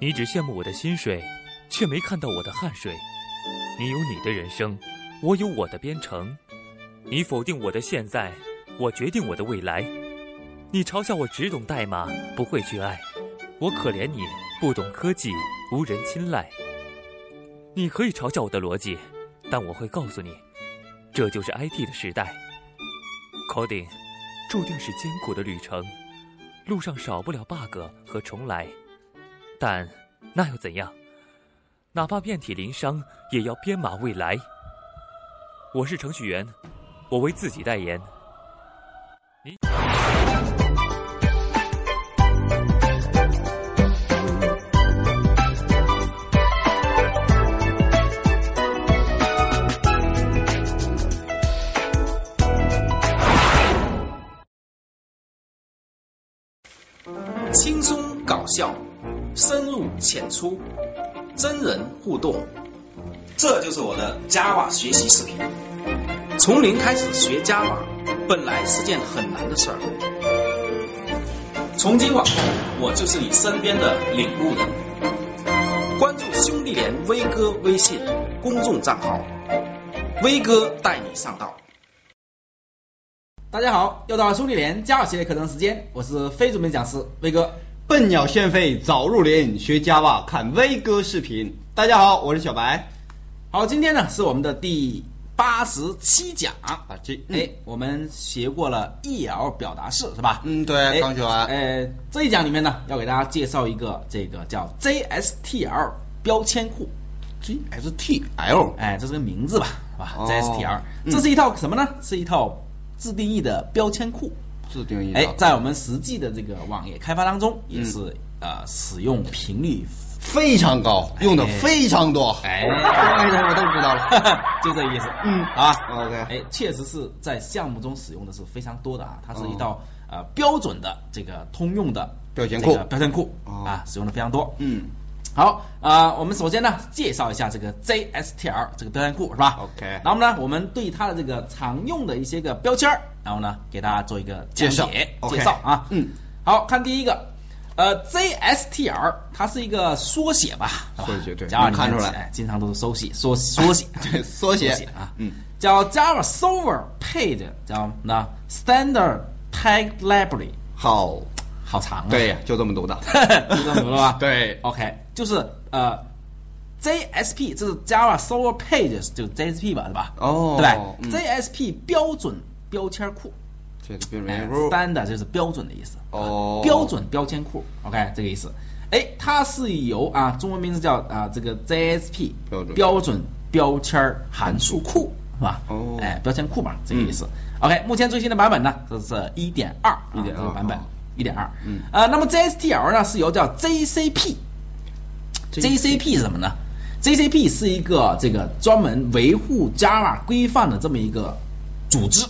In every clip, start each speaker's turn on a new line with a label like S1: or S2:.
S1: 你只羡慕我的薪水，却没看到我的汗水。你有你的人生，我有我的编程。你否定我的现在，我决定我的未来。你嘲笑我只懂代码，不会去爱。我可怜你不懂科技，无人青睐。你可以嘲笑我的逻辑，但我会告诉你，这就是 IT 的时代。Coding 注定是艰苦的旅程，路上少不了 bug 和重来，但那又怎样？哪怕遍体鳞伤，也要编码未来。我是程序员，我为自己代言。
S2: 轻松搞笑，深入浅出，真人互动，这就是我的 Java 学习视频。从零开始学 Java，本来是件很难的事儿。从今往后，我就是你身边的领路人。关注兄弟连威哥微信公众账号，威哥带你上道。
S3: 大家好，又到了兄弟连加尔系列课程时间，我是非主编讲师威哥。
S4: 笨鸟炫飞早入林，学 Java 看威哥视频。大家好，我是小白。
S3: 好，今天呢是我们的第八十七讲，
S4: 啊，这
S3: 哎，我们学过了 EL 表达式是吧？
S4: 嗯对
S3: 哎
S4: 刚学完
S3: 呃，这一讲里面呢，要给大家介绍一个这个叫 JSTL 标签库。
S4: GSTL
S3: 哎，这是个名字吧，是吧
S4: 哦
S3: ？JSTL，、
S4: 嗯
S3: 这是一套什么呢？是一套自定义的标签库。
S4: 自定义的
S3: 哎，在我们实际的这个网页开发当中，也
S4: 嗯
S3: 是、呃使用频率
S4: 非常高，用的非常多。
S3: 哎
S4: 哎呀，我都知道 了。
S3: 就这意思。
S4: 嗯
S3: 好吧。
S4: OK
S3: 哎，确实是在项目中使用的是非常多的
S4: 哦
S3: 啊，它是一道、呃标准的这个通用的
S4: 标签
S3: 这
S4: 库
S3: 个标签库、
S4: 哦
S3: 啊，使用的非常多。
S4: 嗯
S3: 好啊、呃我们首先呢介绍一下这个 JSTL 这个标签库是吧
S4: OK
S3: 然后呢，我们对它的这个常用的一些个标签儿，然后呢给大家做一个讲
S4: 介绍
S3: 解
S4: OK
S3: 介绍啊。
S4: 嗯。
S3: 好看第一个。呃，JSTL 它是一个缩写吧，是吧
S4: 缩写对
S3: Java
S4: 能看
S3: 里面
S4: 出来
S3: 哎，经常都是缩写，缩缩写，
S4: 对缩写
S3: 啊，
S4: 嗯，
S3: 叫 Java Server Page，叫那 Standard Tag Library，
S4: 好，
S3: 好长啊，。
S4: 对，呀，就这么读的
S3: 知道什么了吧？
S4: 对
S3: ，OK，就是呃，JSP 这是 Java Server Page，就是 JSP 吧，对吧？
S4: 哦
S3: 对吧、
S4: 嗯
S3: j s p 标准标签库，
S4: 这个并
S3: 哎
S4: 没有。
S3: ，Standard 就是标准的意思，啊
S4: 哦
S3: 标准标签库，OK，这个意思。哎，它是由啊，中文名字叫啊这个 JSP
S4: 标准
S3: 标准标签儿函数库是吧？
S4: 哦
S3: 哎，标签库嘛，这个意思。OK，目前最新的版本呢，这是一点二，啊
S4: 1.2
S3: 这个版本
S4: 哦
S3: 一点二，
S4: 嗯
S3: 呃，那么 JSTL 呢是由叫 JCP。JCP 是什么呢？JCP 是一个这个专门维护 Java 规范的这么一个组织，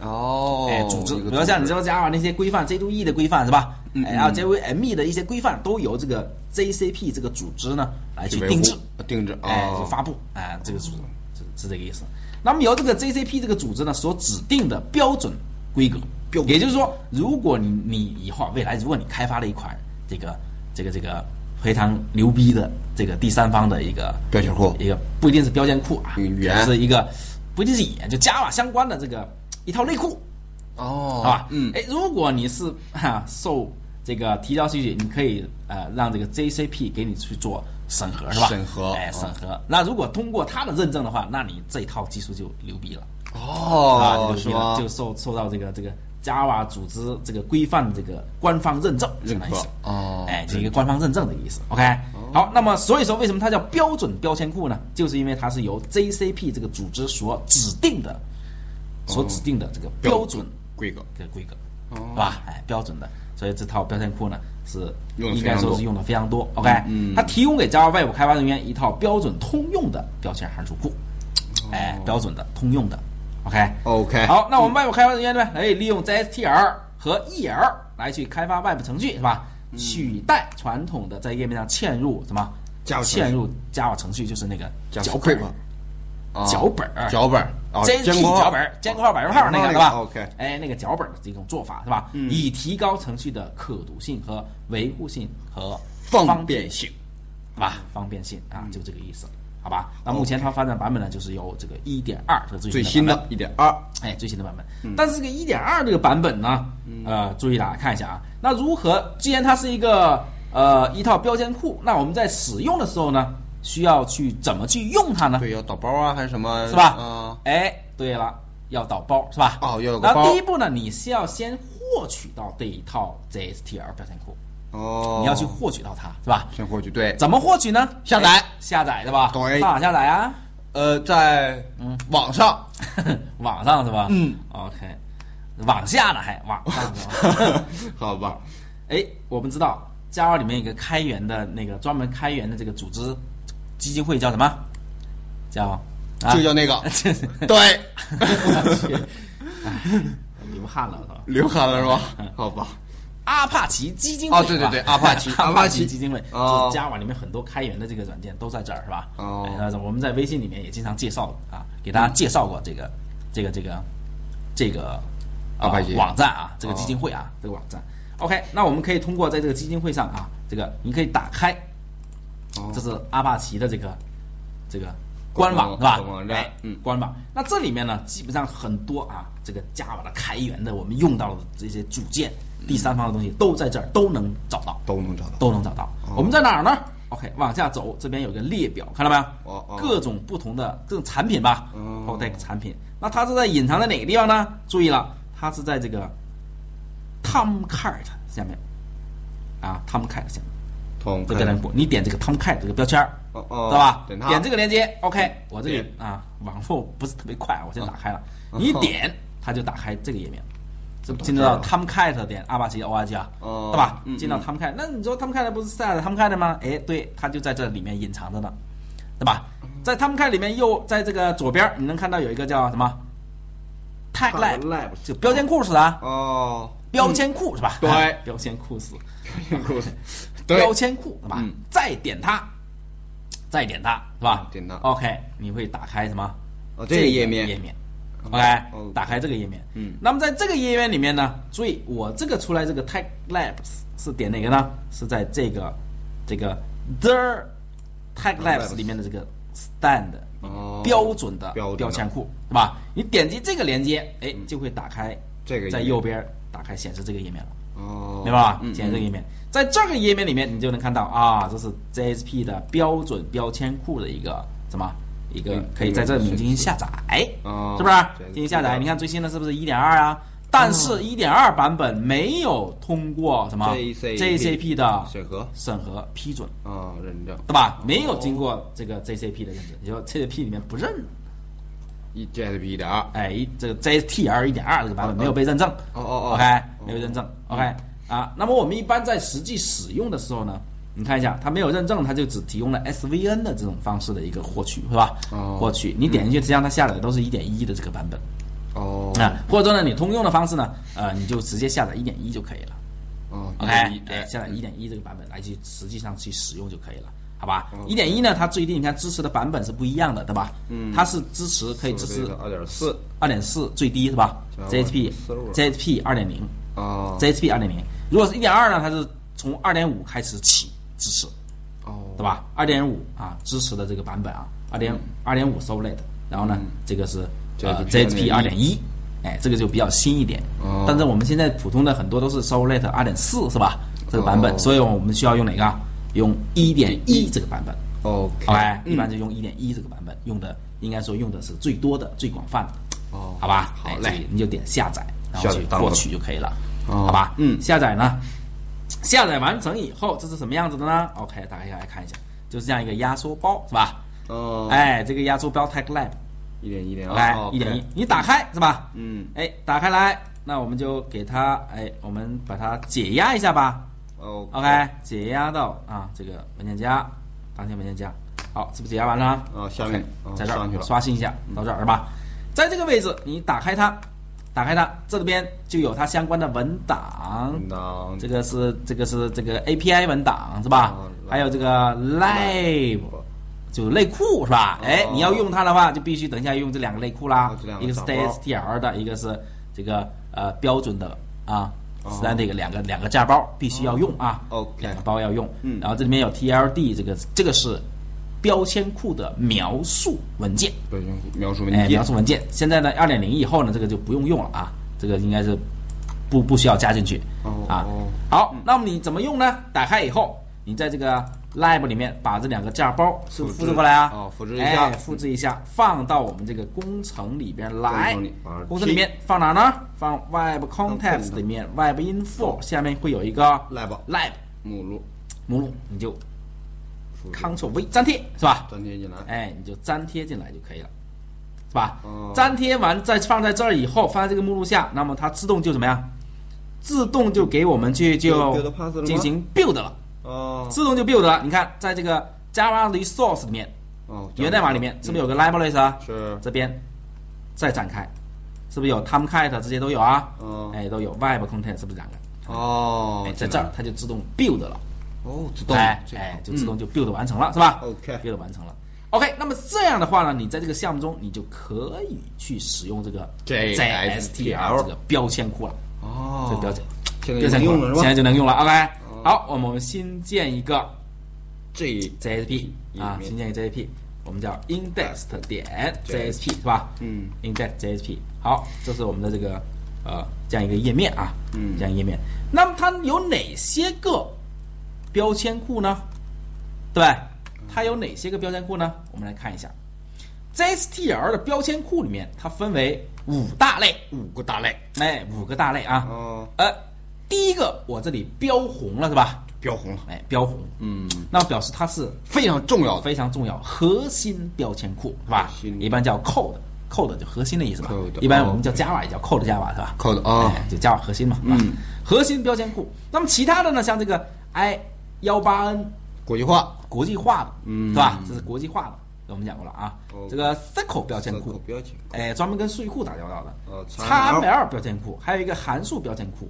S4: 哦
S3: 哎，，组织，
S4: 这个
S3: 比如像你知道 Java 那些规范，JDE 的规范是吧？
S4: 嗯
S3: 哎，然后
S4: 嗯
S3: JVM 的一些规范都由这个 JCP 这个组织呢来去
S4: 去维护
S3: 定制，
S4: 定制
S3: 哎
S4: 哦，
S3: 去发布，哎，这个组织是是这个意思。那么由这个 JCP 这个组织呢所指定的标准规格，也就是说，如果你你以后未来如果你开发了一款这个这个这个非常牛逼的这个第三方的一个
S4: 标签库
S3: 一个不一定是标签库啊，
S4: 语言
S3: 是一个不一定是语言，就 Java 相关的这个一套内库。
S4: 哦，
S3: 好吧？
S4: 嗯，
S3: 哎，如果你是哈、受这个提交需求，你可以呃让这个 JCP 给你去做审核是吧？
S4: 审核
S3: 哎，
S4: 嗯
S3: 审核。那如果通过它的认证的话，那你这一套技术就牛逼了，啊，
S4: 哦，
S3: 就是牛逼了
S4: 吗？
S3: 就受受到这个这个 Java 组织这个规范这个官方认证
S4: 认可
S3: 相当于是
S4: 哦
S3: 哎，这一个官方认证的意思。OK，
S4: 哦
S3: 好，那么所以说为什么它叫标准标签库呢？就是因为它是由 JCP 这个组织所指定的，
S4: 哦
S3: 所指定的这个标准
S4: 规格。
S3: 这个规格，
S4: 哦
S3: 是吧？哎，标准的，所以这套标签库呢是
S4: 用得
S3: 应
S4: 非
S3: 该
S4: 常
S3: 说是
S4: 多
S3: 用的非常多。OK，
S4: 嗯
S3: 它提供给 Java 外部开发人员一套标准通用的标签函数库，
S4: 哦
S3: 哎，标准的通用的。OK，
S4: OK
S3: 好，那我们外部开发人员呢，可哎以利用 JSTL 和 EL 来去开发外部程序，是吧？
S4: 嗯
S3: 取代传统的在页面上嵌入什么
S4: Java 程序
S3: 嵌入 Java 程序，就是那个脚本
S4: JavaScript
S3: 儿。
S4: 哦
S3: 脚本儿
S4: 脚本儿哦
S3: j
S4: 坚
S3: p
S4: 果号哦
S3: 脚本儿，坚果号百分号那个是吧
S4: OK
S3: 哎，那个脚本儿的这种做法是吧？
S4: 嗯
S3: 以提高程序的可读性和维护性和
S4: 方便性。
S3: 好吧？方便性
S4: 嗯
S3: 啊，就这个意思，好吧？那目前它发展版本呢，就是有这个一点二这个
S4: 哦最
S3: 最
S4: 新
S3: 新的版
S4: 的
S3: 本
S4: 一点啊二，
S3: 哎，最新的版本。
S4: 嗯
S3: 但是这个一点二这个版本呢，呃，注意了啊，看一下啊，那如何？既然它是一个呃一套标签库，那我们在使用的时候呢，需要去怎么去用它呢？
S4: 对，要导包啊，还是什么？
S3: 是吧？
S4: 啊，
S3: 哎，对了，要导包是吧？
S4: 哦要有个
S3: 然后
S4: 包
S3: 第一步呢，你是要先获取到这一套 JSTL 标签库，
S4: 哦，
S3: 你要去获取到它是吧？
S4: 先获取，对，
S3: 怎么获取呢？
S4: 下载
S3: 哎下载对吧？
S4: 对
S3: 上哪下载啊？
S4: 呃，在
S3: 嗯
S4: 网上，
S3: 网上是吧？
S4: 嗯
S3: ，OK，往下呢还网上 是吧？
S4: 啊 好吧，
S3: 哎，我们知道 Java 里面有一个开源的那个专门开源的这个组织基金会叫什么？叫啊
S4: 就叫 那个
S3: 就是，
S4: 对
S3: 哎流汗了是吧？
S4: 流汗了是
S3: 嗯
S4: 吧？好吧，
S3: 阿帕奇基金会
S4: 哦对对
S3: 是吧
S4: 对阿帕奇
S3: 阿
S4: 阿帕
S3: 奇
S4: 奇
S3: 基金会，
S4: 哦
S3: 就是 Java 里面很多开源的这个软件都在这儿是吧？
S4: 哦
S3: 哎那我们在微信里面也经常介绍啊，给大家介绍过这个这个这个这个
S4: 阿
S3: 啊
S4: 帕奇
S3: 网站啊，这个
S4: 哦
S3: 基金会啊，这个网站。OK，那我们可以通过在这个基金会上啊，这个你可以打开，
S4: 哦
S3: 这是阿帕奇的这个这个官网
S4: 哦
S3: 是吧？
S4: 网站
S3: 哎
S4: 嗯
S3: 官网。那这里面呢，基本上很多啊，这个 Java 的开源的我们用到的这些组件、第三方的东西都在这儿都能找到，
S4: 都能找到，
S3: 都能找到。
S4: 哦
S3: 我们在哪儿呢？OK，往下走，这边有个列表，看到没有？
S4: 哦哦
S3: 各种不同的这种产品吧
S4: 哦
S3: p r o d u c 产品。那它是在隐藏在哪个地方呢？注意了，它是在这个 Tomcat 下面啊，Tomcat 下面。
S4: 通
S3: 这个人不，你点这个 Tomcat 这个标签儿，
S4: 哦哦
S3: 对吧？
S4: 点它嗯
S3: 点这个链接，OK，我这里
S4: 点
S3: 啊网络不是特别快，我先打开了，
S4: 嗯
S3: 你一点它就打开这个页面，这
S4: 懂
S3: 进入到
S4: 了
S3: Tomcat 点阿帕奇 org 啊，
S4: 哦
S3: 对吧
S4: 嗯？
S3: 进到
S4: 嗯
S3: Tomcat，那你说 Tomcat 不是在 Tomcat 吗？哎，对，它就在这里面隐藏着呢，对吧？在 Tomcat 里面右在这个左边儿你能看到有一个叫什么 Tag Lab，
S4: Tag Lab
S3: 就标签库似的啊，
S4: 哦，
S3: 标签库是吧？
S4: 嗯对
S3: 标签库是。
S4: 对
S3: 标签库是吧？
S4: 嗯
S3: 再点它，再点它是吧？
S4: 点它
S3: OK，你会打开什么？
S4: 哦
S3: 这
S4: 这个页面
S3: 页面。
S4: 哦
S3: OK，、
S4: 哦
S3: 打开这个页面。
S4: 嗯
S3: 那么在这个页面里面呢，注意我这个出来这个 Tag Labs 是点哪个呢？是在这个这个 The Tag Labs
S4: Labs
S3: 里面的这个 Stand
S4: 哦
S3: 嗯标准的
S4: 标准的
S3: 标签库是吧？你点击这个连接，哎，
S4: 嗯
S3: 就会打开
S4: 这个页
S3: 在
S4: 面
S3: 右边打开显示这个页面了。
S4: 哦，
S3: 明白吧？
S4: 嗯
S3: 显示这个页面，在这个页面里面，你就能看到啊，这是 JSP 的标准标签库的一个什么？一个
S4: 嗯
S3: 可以在这里面进行下载，
S4: 哦
S3: 是不是？
S4: JSP
S3: 进行下载，你看最新的是不是一点二啊？但
S4: 嗯
S3: 是，一点二版本没有通过什么
S4: JCP
S3: JCP 的
S4: 审核
S3: 审核批准，
S4: 哦，认证
S3: 对吧？没有经过这个 JCP 的认证，也就 JCP 里面不认，
S4: 一 JSP 一点二，
S3: 哎，一这个 JSTL 一点二这个版本没有被认证。
S4: 哦哦哦
S3: OK，
S4: 哦
S3: 没有认证。OK，啊，那么我们一般在实际使用的时候呢，你看一下，它没有认证，它就只提供了 SVN 的这种方式的一个获取，是吧？
S4: 哦
S3: 获取，你点进去，实际上它下载的都是一点一的这个版本。
S4: 哦，
S3: 啊，或者说呢，你通用的方式呢，呃，你就直接下载一点一就可以了。
S4: 哦
S3: OK，
S4: 一点
S3: 哎，
S4: 一
S3: 下载一点一这个版本来去实际上去使用就可以了，好吧
S4: 哦？
S3: 一点一呢，它最低你看支持的版本是不一样的，对吧？
S4: 嗯
S3: 它是支持可以支持
S4: 二点四
S3: 二点四最低是吧
S4: 对
S3: ？JSP
S4: 15
S3: JSP 二点零
S4: 哦
S3: JSP 二点零，如果是一点二呢，它是从二点五开始起支持，
S4: 哦，
S3: 对？吧？二点五啊支持的这个版本啊，二点二点五 Solid，然后 E 呢
S4: 嗯，
S3: 这个是呃
S4: JSP
S3: JSP 二点一，哎，这个就比较新一点
S4: 哦。
S3: 但是我们现在普通的很多都是 Solid E 二点四是吧？这个版本，
S4: 哦
S3: 所以我们需要用哪个啊？用一点一这个版本。
S4: OK，
S3: OK，
S4: 嗯
S3: 一般就用一点一这个版本，用的应该说用的是最多的、最广泛的。
S4: 哦
S3: 好吧，
S4: 好
S3: 哎
S4: 嘞
S3: 这里你就点下载，然后
S4: 下载
S3: 去
S4: 当
S3: 获
S4: 了
S3: 取就可以了，
S4: 哦
S3: 好吧？
S4: 嗯
S3: 下载呢，下载完成以后，这是什么样子的呢？OK，打开来看一下，就是这样一个压缩包，是吧？
S4: 哦，，
S3: 哎，这个压缩包 Tag Lab，
S4: 一点一点
S3: 来
S4: 二，
S3: 一点一，你打开是吧？
S4: 嗯
S3: 哎，打开来，那我们就给它，哎，我们把它解压一下吧。
S4: 哦
S3: OK，解压到啊这个文件夹，当前文件夹。好，是不是解压完了啊？
S4: 哦下面
S3: OK，
S4: 哦
S3: 在这
S4: 上去
S3: 儿
S4: 了
S3: 刷新一下，到这儿是吧？在这个位置，你打开它，打开它，这边就有它相关的文档。
S4: 文档
S3: 这个是这个是这个 API 文档是吧
S4: 哦？
S3: 还有这个 Live。就是内裤是吧？
S4: 哦
S3: 哎，你要用它的话，就必须等一下用这两个内裤啦
S4: 哦这两，个
S3: 一个是
S4: 小包
S3: DSTL 的，一个是这个呃标准的啊
S4: 哦
S3: Static 两个两个架包必须要用啊
S4: 哦，OK
S3: 两个包要用。
S4: 嗯
S3: 然后这里面有 TLD 这个这个是标签库的描述文件，
S4: 标签库描述文
S3: 哎，
S4: 件，
S3: 描述文件。现在呢，二点零以后呢，这个就不用用了啊，这个应该是不不需要加进去
S4: 哦
S3: 啊
S4: 哦。
S3: 好，那么你怎么用呢？打开以后，你在这个 lab 里面把这两个架包是不是
S4: 复制
S3: 复制过来啊，
S4: 哦复制一下
S3: 哎复制一下，放到我们这个工程里边来
S4: 工程里啊。
S3: 工程里面放哪呢？放 web context
S4: content
S3: 里面，web
S4: 哦
S3: info 下面会有一个
S4: lab
S3: lab
S4: 目录，
S3: 目录，你就
S4: 复制
S3: Ctrl V 粘贴是吧？
S4: 粘贴进来
S3: 哎，你就粘贴进来就可以了，是吧？
S4: 哦
S3: 粘贴完再放在这儿以后，放在这个目录下，那么它自动就怎么样？自动就给我们去就
S4: build pass 了吗
S3: 进行 build 了，
S4: 哦
S3: 自动就 build 了。你看，在这个 Java resource 里面，
S4: 哦，
S3: 源代码里面是不是有个 libraries 啊？
S4: 是
S3: 这边再展开，是不是有 Tomcat 这些都有啊？
S4: 哦
S3: 哎，都有 Web content 是不是两个？
S4: 哦
S3: 哎，在这儿它就自动 build 了。
S4: 哦自动
S3: 哎
S4: 这个好
S3: 哎，就自动就 build 完成了，是吧
S4: OK
S3: build 完成了。OK，那么这样的话呢，你在这个项目中，你就可以去使用这个
S4: JSTL
S3: JSTL 这个标签库了，
S4: 哦
S3: 这个标签
S4: 现
S3: 标
S4: 在就
S3: 签
S4: 能
S3: 库
S4: 用了是吧？
S3: 现在就能用了。OK，
S4: 哦
S3: 好，我们新建一个
S4: 这
S3: JSP
S4: 页
S3: 啊，
S4: 面
S3: 新建一个 JSP，我们叫 index 点 JSP 是吧？
S4: 嗯
S3: ，index JSP。好，这是我们的这个呃这样一个页面啊，
S4: 嗯
S3: 这样一个页面。那么它有哪些个标签库呢？对吧？
S4: 嗯
S3: 它有哪些个标签库呢？我们来看一下，JSTL 的标签库里面，它分为五大类，
S4: 五个大类
S3: 哎，五个大类啊。
S4: 哦
S3: 呃，第一个我这里标红了是吧？
S4: 标红了，
S3: 哎，标红，
S4: 嗯，
S3: 那表示它是
S4: 非常重要的
S3: 非常重要，核心标签库是吧
S4: 核？心
S3: 一般叫 code，code 就核心的意思吧
S4: code，。
S3: 一般我们叫
S4: 哦
S3: Java 也叫 code Java 是吧
S4: code，哦
S3: 哎就 Java 核心嘛，是吧
S4: 嗯，
S3: 核心标签库。那么其他的呢，像这个 I 幺八 N
S4: 国际化
S3: 国际化的，
S4: 嗯
S3: 是吧？这是国际化的，我们讲过了啊
S4: 哦。
S3: 这个 SQL 标签库
S4: SQL 标签库，
S3: 哎，专门跟数据库打交道的
S4: 哦。XML
S3: XML 标签库，还有一个函数标签库。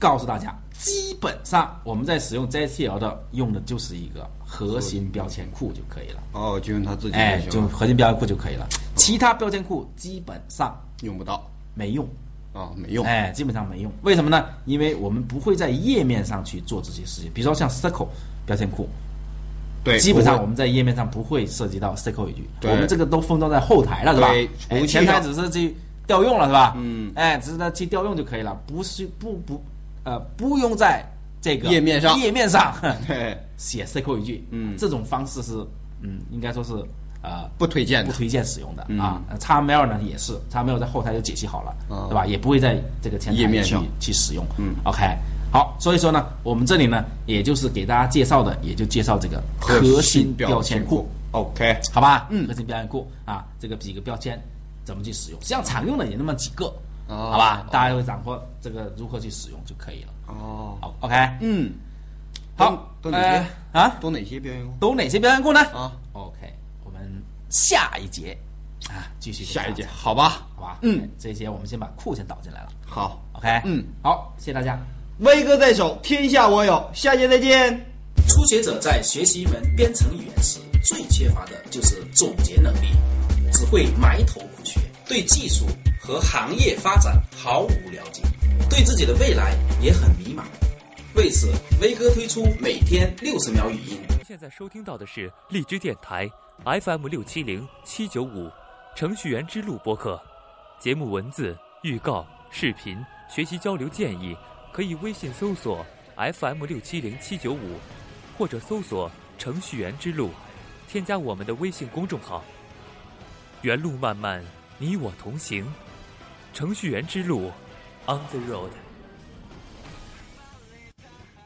S3: 告诉大家，基本上我们在使用 JSTL 的用的就是一个核心标签库就可以了。
S4: 哦，就用它自己
S3: 哎，
S4: 行
S3: 就核心标签库就可以了，其他标签库基本上
S4: 用不到
S3: 没用，
S4: 啊，没用
S3: 哎，基本上没用。为什么呢？因为我们不会在页面上去做这些事情，比如说像 Circle 标签库，
S4: 对，
S3: 基本
S4: 不
S3: 上
S4: 会
S3: 我们在页面上不会涉及到 Circle 语句，
S4: 对
S3: 我们这个都封装在后台了，是吧
S4: 对？服务
S3: 哎，
S4: 器
S3: 前台
S4: 上
S3: 只是去调用了，是吧？
S4: 嗯
S3: 哎，只是呢去调用就可以了，不是不不呃不用在这个
S4: 页面上
S3: 页面上
S4: 对
S3: 写 SQL 语句，
S4: 嗯
S3: 这种方式是嗯应该说是呃
S4: 不推荐的
S3: 不推荐使用的
S4: 嗯
S3: 啊。呃 XML 呢也是，XML 在后台就解析好了
S4: 哦，
S3: 对吧？也不会在这个前台
S4: 页面
S3: 去
S4: 上
S3: 去使用。
S4: 嗯
S3: OK，好，所以说呢，我们这里呢，也就是给大家介绍的，也就介绍这个核心标签库，
S4: ，OK，
S3: 好吧？
S4: 嗯
S3: 核心标签库啊，这个几个标签怎么去使用？实际上常用的也那么几个，
S4: 哦
S3: 好吧？大家就会掌握这个如何去使用就可以了。
S4: 哦，
S3: 好，OK，
S4: 嗯，
S3: 好，
S4: 都都哪些
S3: 呃啊？
S4: 都哪些标签库？
S3: 都哪些标签库呢？
S4: 啊
S3: ，OK，我们下一节啊，继续给大
S4: 下
S3: 家
S4: 一节，
S3: 讲
S4: 好吧，
S3: 好吧？哎
S4: 嗯，
S3: 这些我们先把库先导进来了
S4: 好，
S3: ，OK，
S4: 嗯，
S3: 好，谢谢大家。
S4: 威哥在手，天下我有，下节再见。
S2: 初学者在学习一门编程语言时，最缺乏的就是总结能力，只会埋头苦学，对技术和行业发展毫无了解，对自己的未来也很迷茫。为此，威哥推出每天六十秒语音，
S1: 现在收听到的是荔枝电台 FM 六七零七九五《程序员之路》播客，节目文字、预告、视频、学习交流建议，可以微信搜索 FM 六七零七九五，或者搜索“程序员之路”，添加我们的微信公众号。原路漫漫，你我同行，程序员之路，On the Road。